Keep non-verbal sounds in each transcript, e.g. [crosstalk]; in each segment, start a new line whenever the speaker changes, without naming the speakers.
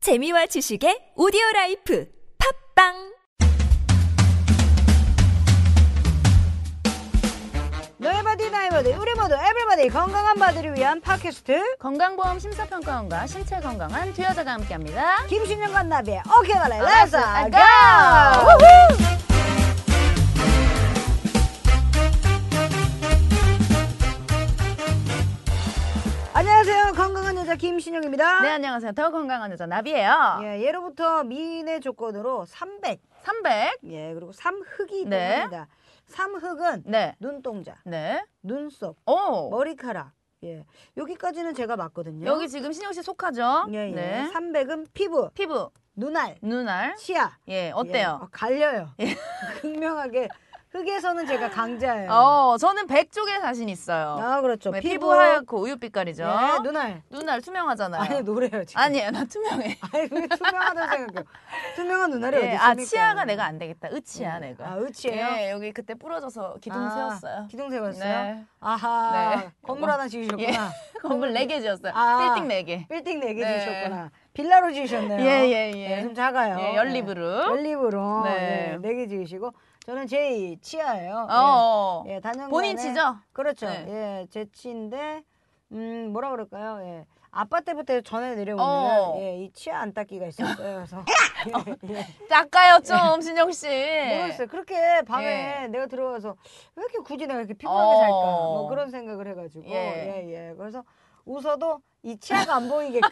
재미와 지식의 오디오 라이프 팝빵
너의 바디 나의 바디 우리 모두 에브리바디 건강한 바디를 위한 팟캐스트
건강보험 심사평가원과 신체 건강한 두 여자가 함께합니다.
김신영과 나비의 오케이 가래 렛츠
아,
고!
고!
안녕하세요 건강한 여자 김신영입니다
네 안녕하세요. 더 건강한 여자 나비예요.
예, 예로부터 미인의 조건으로 삼백
300.
예 그리고 삼흑이
네.
있습니다 삼흑은
네.
눈동자
네.
눈썹
오.
머리카락 예 여기까지는 제가 맞거든요
여기 지금 신영 씨 속하죠?
예, 예.
네.
삼백은 피부
피부,
눈알
눈알.
치아
예.
예, 어,
어때요? 예.
갈려요. [laughs] 극명하게 흑에서는 제가 강자예요.
어, 저는 백 쪽에 자신 있어요.
아 그렇죠.
네, 피부 하얗고 우유 빛깔이죠.
네, 눈알.
눈알 투명하잖아요.
아니 노래요 지금.
아니에요. 나 투명해.
아니 왜 투명하다 생각해요. 투명한 눈알이 어디
예,
있습니까?
아, 치아가 내가 안 되겠다. 으치야, 내가.
아 의치예요.
예, 여기 그때 부러져서 기둥
아,
세웠어요.
기둥 세웠어요.
네.
아하.
네.
건물 하나 지으셨구나.
[laughs] 건물 4개 지었어요.
아.
빌딩 4개.
빌딩 네개
네.
지으셨구나. 빌라로 지으셨네요.
예, 예, 예.
네, 좀 작아요.
예, 연립으로.
네. 연립으로.
네.
네. 네개 지으시고 저는 제 치아예요.
어.
예, 단연간에
본인 치죠?
그렇죠.
네.
예, 제 치인데 음 뭐라 그럴까요? 예. 아빠 때부터 전해 내려오는
어.
예, 이 치아 안 닦기가 있었어요. 그래서 예,
닦아요 좀 신영 씨.
예. 모르겠어요. 그렇게 밤에 내가 들어가서 왜 이렇게 굳이 내가 이렇게 피곤하게
예. 어.
살까? 뭐 그런 생각을 해가지고
예.
예예. 그래서 웃어도 이 치아가 안
[laughs]
보이게끔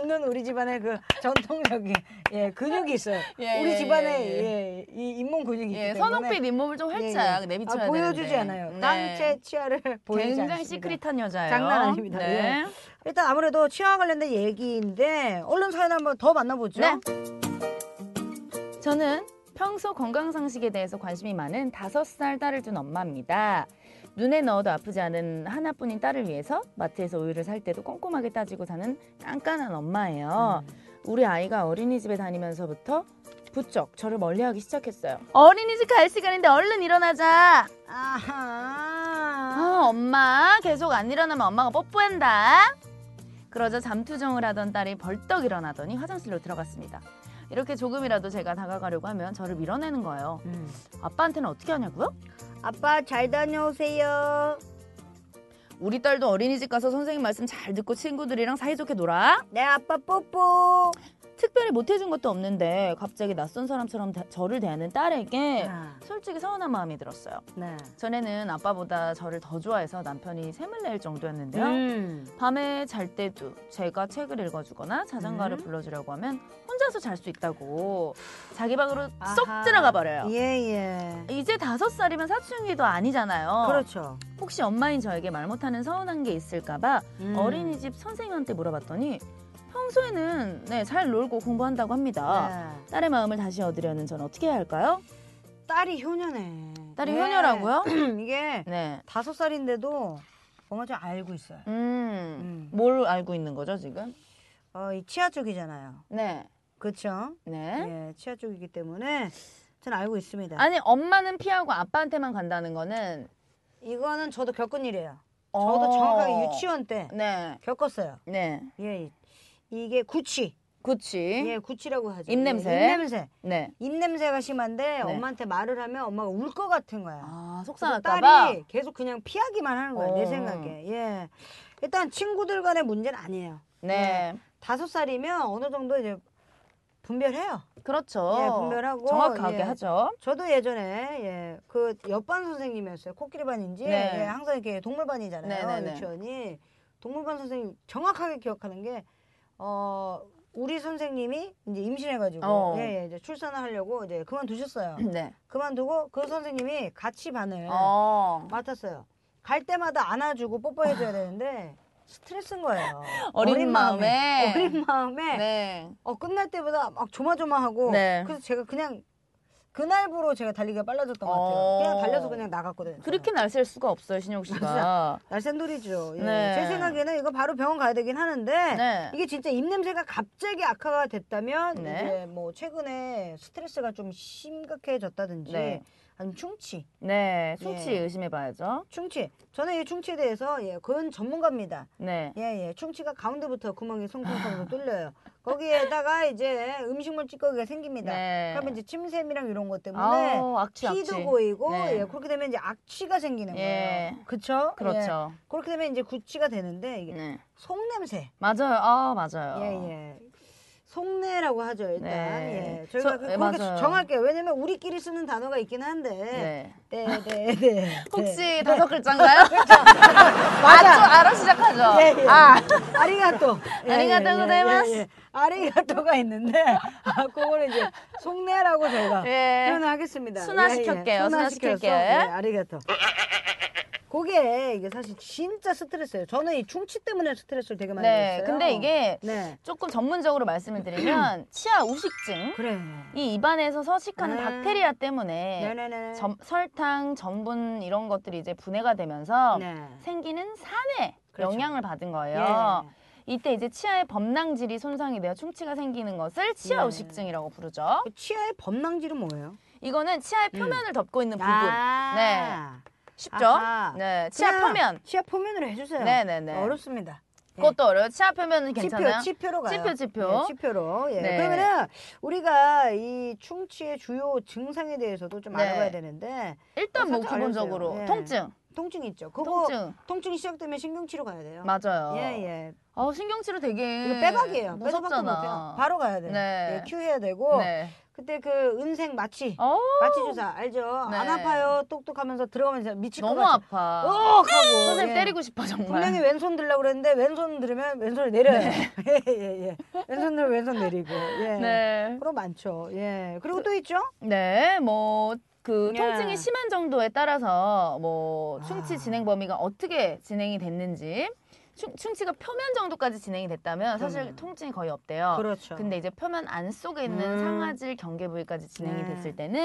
웃는 우리 집안의 그 전통적인 예 근육이 있어요.
예,
우리
예,
집안의
예,
예, 이 잇몸 근육이 있기
예,
때문에
선홍빛 잇몸을 좀 활짝 내비쳐야
아,
되는데.
보여주지 않아요.
네.
땅채 치아를 보이지
굉장히
않습니다.
시크릿한 여자예요.
장난 아닙니다. 예.
네.
일단 아무래도 치아 관련된 얘기인데 얼른 사연 한번 더 만나보죠.
네. 저는 평소 건강 상식에 대해서 관심이 많은 다섯 살 딸을 둔 엄마입니다. 눈에 넣어도 아프지 않은 하나뿐인 딸을 위해서 마트에서 우유를 살 때도 꼼꼼하게 따지고 사는 깐깐한 엄마예요.
음.
우리 아이가 어린이집에 다니면서부터 부쩍 저를 멀리하기 시작했어요. 어린이집 갈 시간인데 얼른 일어나자.
아하.
아, 엄마 계속 안 일어나면 엄마가 뽀뽀한다. 그러자 잠투정을 하던 딸이 벌떡 일어나더니 화장실로 들어갔습니다. 이렇게 조금이라도 제가 다가가려고 하면 저를 밀어내는 거예요.
음.
아빠한테는 어떻게 하냐고요?
아빠 잘 다녀오세요.
우리 딸도 어린이집 가서 선생님 말씀 잘 듣고 친구들이랑 사이좋게 놀아.
내 네, 아빠 뽀뽀.
특별히 못 해준 것도 없는데 갑자기 낯선 사람처럼 대- 저를 대하는 딸에게
아,
솔직히 서운한 마음이 들었어요.
네.
전에는 아빠보다 저를 더 좋아해서 남편이 샘을 낼 정도였는데요.
음.
밤에 잘 때도 제가 책을 읽어주거나 자장가를
음.
불러주려고 하면 혼자서 잘 수 있다고 자기 방으로
아하.
쏙 들어가 버려요.
예, 예.
이제 다섯 살이면 사춘기도 아니잖아요.
그렇죠.
혹시 엄마인 저에게 말 못하는 서운한 게 있을까봐
음.
어린이집 선생님한테 물어봤더니 평소에는 네, 잘 놀고 공부한다고 합니다.
네.
딸의 마음을 다시 얻으려는 전 어떻게 해야 할까요?
딸이 효녀네.
딸이
예.
효녀라고요?
[clears throat] 이게
네.
다섯 살인데도 뭔가 좀 알고 있어요.
음.
음.
뭘 알고 있는 거죠, 지금?
어, 이 치아 쪽이잖아요.
네.
그렇죠?
네.
예, 치아 쪽이기 때문에 전 알고 있습니다.
아니, 엄마는 피하고 아빠한테만 간다는 거는
이거는 저도 겪은 일이에요.
어.
저도 정확하게 유치원 때
네.
겪었어요.
네.
예, 이게 구취.
그치.
예, 구취라고 하죠.
네? 입냄새.
예, 입냄새.
네.
입냄새가 심한데
네.
엄마한테 말을 하면 엄마가 울 것 같은 거야.
아,
그래서
속상할까봐.
딸이 계속 그냥 피하기만 하는 거야, 내
어.
생각에. 예. 일단 친구들 간의 문제는 아니에요. 예.
네.
다섯 살이면 어느 정도 이제 분별해요.
그렇죠.
예, 분별하고,
정확하게
예.
하죠. [clears throat]
저도 예전에 예, 그 옆반 선생님이었어요. 코끼리 반인지
네.
예, 항상 이렇게 동물반이잖아요.
네, 네, 네.
유치원이 동물반 선생님 정확하게 기억하는 게 어, 우리 선생님이 이제 임신해가지고
어.
예, 예, 이제 출산을 하려고 이제 그만두셨어요.
네.
그만두고 그 선생님이 같이 반을
어.
맡았어요. 갈 때마다 안아주고 뽀뽀해줘야 되는데 스트레스인 거예요.
어린 마음에.
어린 마음에
네.
어, 끝날 때보다 막 조마조마하고
네.
그래서 제가 그냥 그날부로 제가 달리기가 빨라졌던 것
어.
같아요. 그냥 달려서 그냥 나갔거든요.
그렇게 날셀 수가 없어요, 신영 씨가.
날샌돌이죠. 예.
네.
제 생각에는 이거 바로 병원 가야 되긴 하는데
네.
이게 진짜 입냄새가 갑자기 악화가 됐다면
네.
이제 뭐 최근에 스트레스가 좀 심각해졌다든지
네.
아니면 충치,
네. 충치
예.
의심해봐야죠.
충치. 저는 이 충치에 대해서 예, 그건 전문가입니다.
네.
예, 예. 충치가 가운데부터 구멍이 송송송송 뚫려요. 거기에다가 이제 음식물 찌꺼기가 생깁니다.
네.
그러면 이제 침샘이랑 이런 것 때문에
아우, 악취, 악취.
피도 고이고
네.
예, 그렇게 되면 이제 악취가 생기는
예.
거예요. 그렇죠?
그렇죠.
그렇게 되면 이제 구취가 되는데 이게
네.
속냄새.
맞아요. 아, 맞아요.
예. 예예. 속내라고 하죠 일단.
네.
예. 저희가
저-
그,
예,
그렇게
맞아요.
정할게요. 왜냐면 우리끼리 쓰는 단어가 있긴 한데.
네.
네네네.
[laughs]
네.
혹시
[laughs]
다섯 글자인가요? 맞아.
맞아.
아, 알아 시작하죠.
예, 예.
아,
아리가또. 예,
아리가또
예, 예,
고자이마스.
예, 예. 아리가또가 있는데 아, 그거를 이제 속내라고 저희가
예.
표현하겠습니다.
순화시킬게요. 순화시킬게요.
예, 아리가또. 그게 이게 사실 진짜 스트레스예요. 저는 이 충치 때문에 스트레스를 되게 많이
네.
받았어요.
근데 이게
네.
조금 전문적으로 말씀을 드리면 [clears throat] 치아 우식증.
그래.
이 입안에서 서식하는
아.
박테리아 때문에
네네네.
점- 설탕, 전분 이런 것들이 이제 분해가 되면서
네.
생기는 산에
그렇죠.
영향을 받은 거예요.
예.
이때 이제 치아의 범낭질이 손상이 되어 충치가 생기는 것을 치아
예.
우식증이라고 부르죠.
치아의 범낭질은 뭐예요?
이거는 치아의 표면을 덮고 있는 부분.
아.
쉽죠?
음. 아하.
네, 치아
그냥
표면.
치아 표면으로 해주세요.
네네네.
어렵습니다. 네.
그것도 어려요. 치아 표면은 괜찮아요.
치표, 치표로 가요.
치표, 치표.
네, 치표로. 예.
네.
그러면은 우리가 이 충치의 주요 증상에 대해서도 좀
네.
알아봐야 되는데
일단 뭐
살짝
기본적으로
알려주세요. 예.
통증,
통증 있죠. 그거
통증
통증. 이 시작되면 신경치료 가야 돼요.
맞아요.
예예.
어 신경치료 되게
이거 빼박이에요. 빼도 박도 못해요.
무섭잖아.
바로 가야 돼요.
네.
예, 큐해야 되고
네.
그때 그 은색 마취
어
마취 주사 알죠?
네.
안 아파요. 똑똑하면서 들어가면 진짜 미칠 것
너무
같아.
아파.
어, 하고
선생님
예.
때리고 싶어 정말.
분명히 왼손 들려고 그랬는데 왼손 들으면 왼손을 내려요. [laughs] 예, 예, 예. 왼손 들면 왼손 내리고. 예.
네.
그런 거 많죠. 예. 그리고 또 있죠?
네. 뭐. 그
예.
통증이 심한 정도에 따라서 뭐 충치
아.
진행 범위가 어떻게 진행이 됐는지 충, 충치가 표면 정도까지 진행이 됐다면 사실
그럼요.
통증이 거의 없대요.
그렇죠.
어, 근데 이제 표면 안 속에 있는
음.
상아질 경계 부위까지 진행이
네.
됐을
예,
때는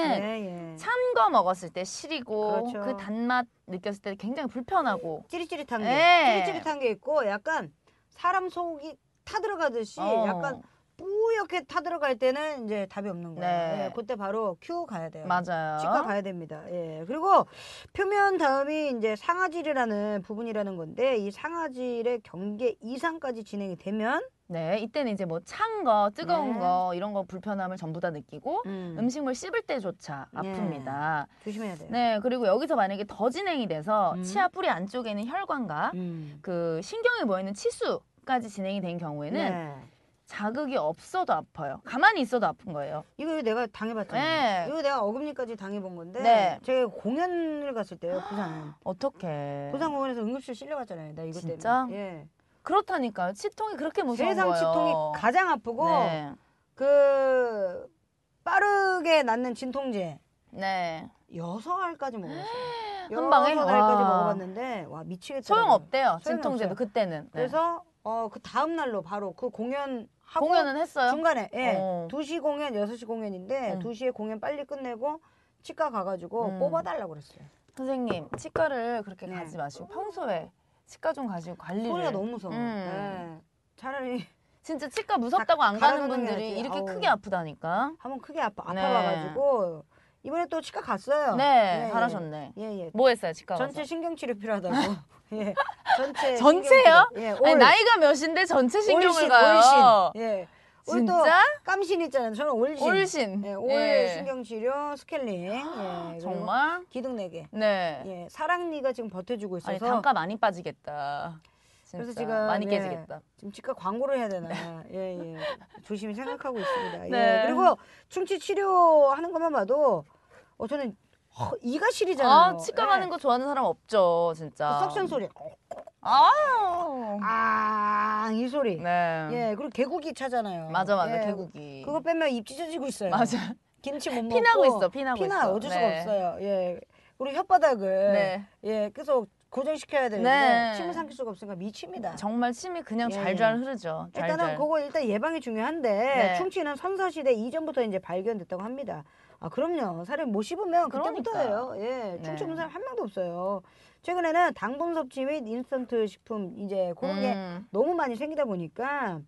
예.
찬 거 먹었을 때 시리고 그
그렇죠.
단맛 느꼈을 때 굉장히 불편하고
찌릿찌릿한 게.
예.
찌릿찌릿한 게 있고 약간 사람 속이 타들어가듯이
어.
약간 뿌옇게 타들어갈 때는 이제 답이 없는 거예요.
네.
예. 그때 바로 큐 가야 돼요.
맞아요.
치과 가야 됩니다. 예. 그리고 표면 다음이 이제 상아질이라는 부분이라는 건데 이 상아질의 경계 이상까지 진행이 되면
네, 이때는 이제 뭐 찬 거, 뜨거운
네.
거 이런 거 불편함을 전부 다 느끼고 음. 식물 씹을 때조차
네.
아픕니다.
조심해야 돼요.
네, 그리고 여기서 만약에 더 진행이 돼서
음.
치아 뿌리 안쪽에 있는 혈관과
음.
그 신경이 모이는 치수까지 진행이 된 경우에는
네.
자극이 없어도 아파요. 가만히 있어도 아픈 거예요.
이거 내가 당해봤잖아요.
네.
이거 내가 어금니까지 당해본 건데
네.
제가 공연을 갔을 때요 부산
어떻게?
부산 공원에서 응급실 실려갔잖아요. 나 이것
네. 진짜?
때문에. 예.
그렇다니까요. 치통이 그렇게 무서운
세상
거예요.
치통이 가장 아프고
네.
그 빠르게 낫는 진통제
네.
여섯 알까지 먹었어요.
한 방에?
여섯 알까지
와.
먹어봤는데 와 미치겠다.
소용없대요. 네.
소용이
진통제도
없어요.
그때는. 네.
그래서 어 그 다음 날로 바로 그 공연 하고
공연은 했어요.
중간에 예.
어.
2시 공연, 6시 공연인데
음.
2시에 공연 빨리 끝내고 치과 가가지고
음.
뽑아달라고 그랬어요.
선생님 치과를 그렇게
네.
가지 마시고 평소에 치과 좀 가시고 관리를.
소리가 너무 무서워.
음.
예.
[laughs]
차라리
진짜 치과 무섭다고 안
가-
가는
가라는 게
분들이
낫지.
이렇게
아우.
크게 아프다니까.
한번 크게 아파,
네.
아파봐가지고 이번에 또 치과 갔어요.
네,
예,
잘하셨네.
예, 예.
뭐 했어요 치과 가서?
전체 신경치료 필요하다고. [laughs] 예. 전체.
전체요?
신경치료. 예,
아니
올.
나이가 몇인데 전체 신경을
올신,
가요.
올신. 예. 오늘 또
진짜?
깜신 있잖아요. 저는 올신.
올신.
예, 올
예. 아,
신경치료 스케일링. 예. 그리고
정말?
기둥 4개.
네.
예. 사랑니가 지금 버텨주고 있어서.
아니 단가 많이 빠지겠다. 진짜
그래서 지금,
많이
예.
깨지겠다.
지금 치과 광고를 해야 되나 예예 조심히 생각하고 있습니다
네.
예 그리고 충치 치료하는 것만 봐도 어 저는 허, 이가 시리잖아요
아 치과
예.
가는 거 좋아하는 사람 없죠
그
진짜.
석션 소리
아우.
아이 소리
네.
예 그리고 개구기 차잖아요
맞아 맞아
예,
개구기.
그거 빼면 입 찢어지고 있어요
맞아.
김치 못 먹고
피나고 있어, 피나고
피나
있어.
어쩔
네.
수가 없어요 예 그리고 혓바닥을
네.
예 계속 고정시켜야 되는데
네.
침을 삼킬 수가 없으니까 미칩니다
정말 침이 그냥
예,
잘잘
예.
흐르죠.
일단은
잘잘.
그거 일단 예방이 중요한데
네.
충치는 선사시대 이전부터 이제 발견됐다고 합니다. 아 그럼요. 살을 못 씹으면 그때부터예요. 예,
네.
충치 없는 사람 한 명도 없어요. 최근에는 당분 섭취 및 인스턴트 식품 이제 그런 게
음,
너무 많이 생기다 보니까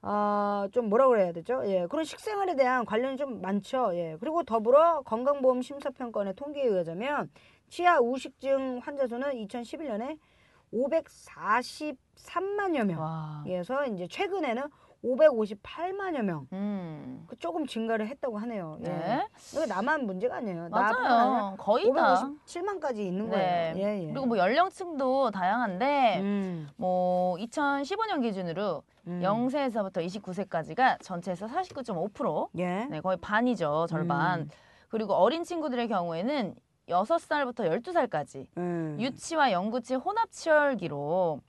아좀 뭐라 그래야 되죠? 예, 그런 식생활에 대한 관련이 좀 많죠. 예, 그리고 더불어 건강보험 심사평가원의 통계에 의하자면 치아 우식증 환자 수는 2011년에 543만여 명.
와.
그래서 이제 최근에는 558만여 명.
음.
그 조금 증가를 했다고 하네요. 예.
네.
이거 나만 문제가 아니에요. 나뿐만 아니라
맞아요. 거의 다.
예. 557만까지 있는
네.
거예요. 예, 예.
그리고 뭐 연령층도 다양한데
음,
뭐 2015년 기준으로
음.
0세에서부터 29세까지가 전체에서 49.5%.
예.
네, 거의 반이죠. 절반.
음.
그리고 어린 친구들의 경우에는 6살부터 12살까지
음.
유치와 영구치 혼합 치열기로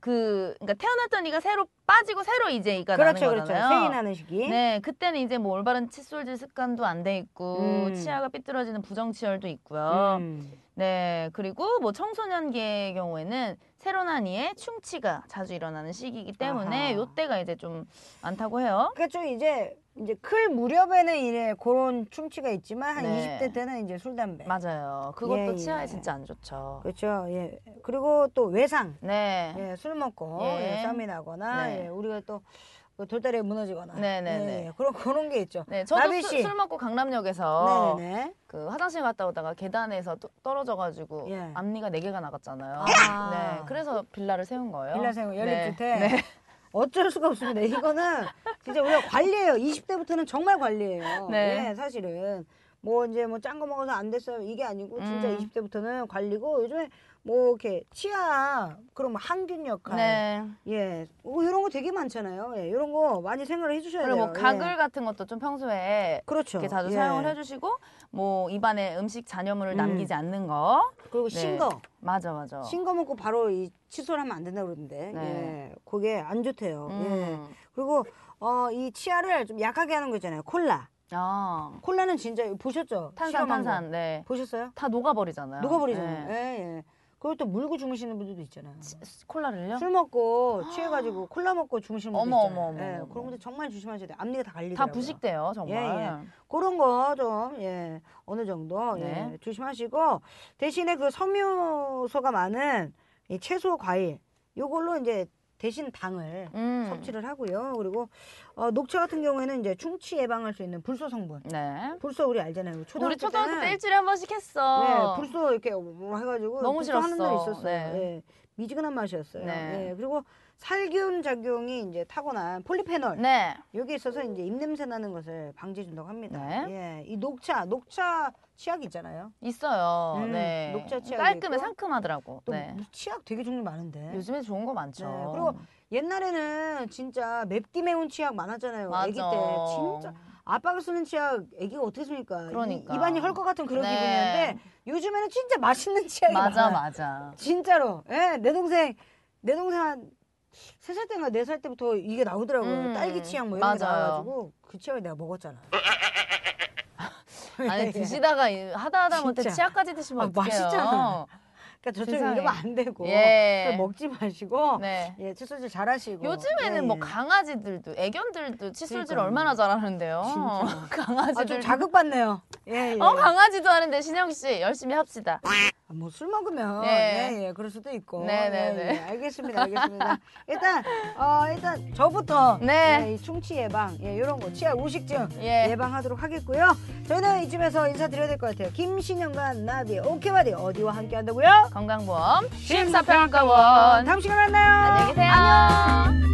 그 그러니까 태어났던 이가 새로 빠지고 새로 이제 이가
그렇죠,
나는
그렇죠.
거잖아요.
세인하는 시기.
네, 그때는 이제 뭐 올바른 칫솔질 습관도 안 돼 있고
음.
치아가 삐뚤어지는 부정치열도 있고요.
음.
네, 그리고 뭐 청소년기의 경우에는 새로 난 이에 충치가 자주 일어나는 시기이기 때문에
아하.
요때가 이제 좀 많다고 해요.
그러니까 좀 이제 이제 클 무렵에는 이제 그런 충치가 있지만 한
네.
20대 때는 이제 술 담배.
맞아요. 그것도
예,
치아에
예.
진짜 안 좋죠.
그렇죠. 예. 그리고 또 외상.
네.
예, 술 먹고
예.
예, 쌈이 나거나
네.
예, 우리가 또그 돌다리 무너지거나
네, 네, 네.
예, 그런 그런 게 있죠.
네, 저도
나비
수-
씨.
술 먹고 강남역에서
네네네.
그 화장실 갔다 오다가 계단에서 또- 떨어져가지고
예.
앞니가 네 개가 나갔잖아요.
아.
네, 그래서 빌라를 세운 거예요.
빌라생활 열린
네.
끝에
네.
[laughs] 어쩔 수가 없습니다. 이거는 진짜 우리가 관리해요. 20대부터는 정말 관리해요.
네.
예, 사실은. 뭐 이제 뭐 짠 거 먹어서 안 됐어요. 이게 아니고 진짜
음.
20대부터는 관리고 요즘에 뭐 이렇게 치아 그런 뭐 항균 역할
네.
예. 뭐 이런 거 되게 많잖아요. 예. 이런 거 많이 생각을 해 주셔야 돼요.
그리고 뭐
예.
가글 같은 것도 좀 평소에
그렇죠.
이렇게 자주
예.
사용을 해주시고 뭐 입안에 음식 잔여물을
음.
남기지 않는 거.
그리고
네.
신 거.
맞아 맞아.
신 거 먹고 바로 이 칫솔하면 안 된다 고 그러던데.
네.
예. 그게 안 좋대요. 예.
음.
그리고 어 이 치아를 좀 약하게 하는 거 있잖아요. 콜라.
아
콜라는 진짜 보셨죠?
탄산
실험한 거.
탄산. 네.
보셨어요?
다 녹아버리잖아요.
녹아버리잖아요.
네.
예, 예. 그리고 또 물고 주무시는 분들도 있잖아요.
콜라를요?
술
[gasps]
먹고 취해가지고 콜라 먹고 주무시는 분들
어머,
있잖아요.
어머,
예,
어머, 어머.
그런 분들 정말 조심하셔야 돼요. 앞니가 다 갈리더라고요.
다 부식돼요 정말.
예, 그런 거 좀, 예, 어느 정도,
네.
예, 조심하시고, 대신에 그 섬유소가 많은 이 채소, 과일, 요걸로 이제 대신 당을
음.
섭취를 하고요. 그리고, 어, 녹차 같은 경우에는 이제 충치 예방할 수 있는 불소 성분.
네.
불소 우리 알잖아요. 초등학교
우리 초등학교 때
때는
일주일에 한 번씩 했어.
네, 불소 이렇게 뭐 해가지고
너무
불소 하는 날
싫었어.
있었어요.
네.
예, 미지근한 맛이었어요.
네.
예, 그리고 살균 작용이 이제 타고난 폴리페놀
네.
여기 있어서 이제 입냄새 나는 것을 방지해 준다고 합니다.
네.
예, 이 녹차 녹차 치약 있잖아요.
있어요.
음,
네.
녹차 치약이
깔끔해
있고.
상큼하더라고.
또
네.
치약 되게 종류 많은데
요즘에 좋은 거 많죠.
네, 그리고 옛날에는 진짜 맵기 매운 치약 많았잖아요.
맞아.
아기 때 진짜 아빠가 쓰는 치약 아기가 어떻게 씁니까? 이-
그러니까.
입안이 헐것 같은 그런
네.
기분이었는데 요즘에는 진짜 맛있는 치약이
맞아
많아요.
맞아.
진짜로. 예, 내 동생, 내 동생 한 세 살 때인가 네 살 때부터 이게 나오더라고요.
음,
딸기 치약 뭐 이런 게
맞아요.
나와가지고 그 치약을 내가 먹었잖아.
[laughs]
[laughs] 예.
아니 드시다가 이- 하다 하다 못해
진짜.
치약까지 드시면
아,
어떡해요?
맛있잖아. 그러니까 저처럼
세상에.
이러면 안 되고
예.
그걸 먹지 마시고
네.
예, 칫솔질 잘하시고.
요즘에는
예,
뭐
예.
강아지들도 애견들도 칫솔질
그러니까요.
얼마나 잘하는데요.
진짜. 아,
[laughs] 강아지들.
좀 자극받네요. 예, 예.
어 강아지도 하는데 신영 씨 열심히 합시다.
아, 뭐술 먹으면
예.
예. 예, 그럴 수도 있고.
네, 네,
예,
네.
예. 알겠습니다, 알겠습니다. 일단 어 일단 저부터
네.
예, 이 충치 예방, 예 이런 거 치아 우식증
예.
예방하도록 하겠고요. 저희는 이쯤에서 인사드려야 될 것 같아요. 김신영과 나비 오케바디 어디와 함께한다고요? [laughs]
건강보험 심사평가원. 아, 네,
다음 시간에 만나요.
안녕히 계세요.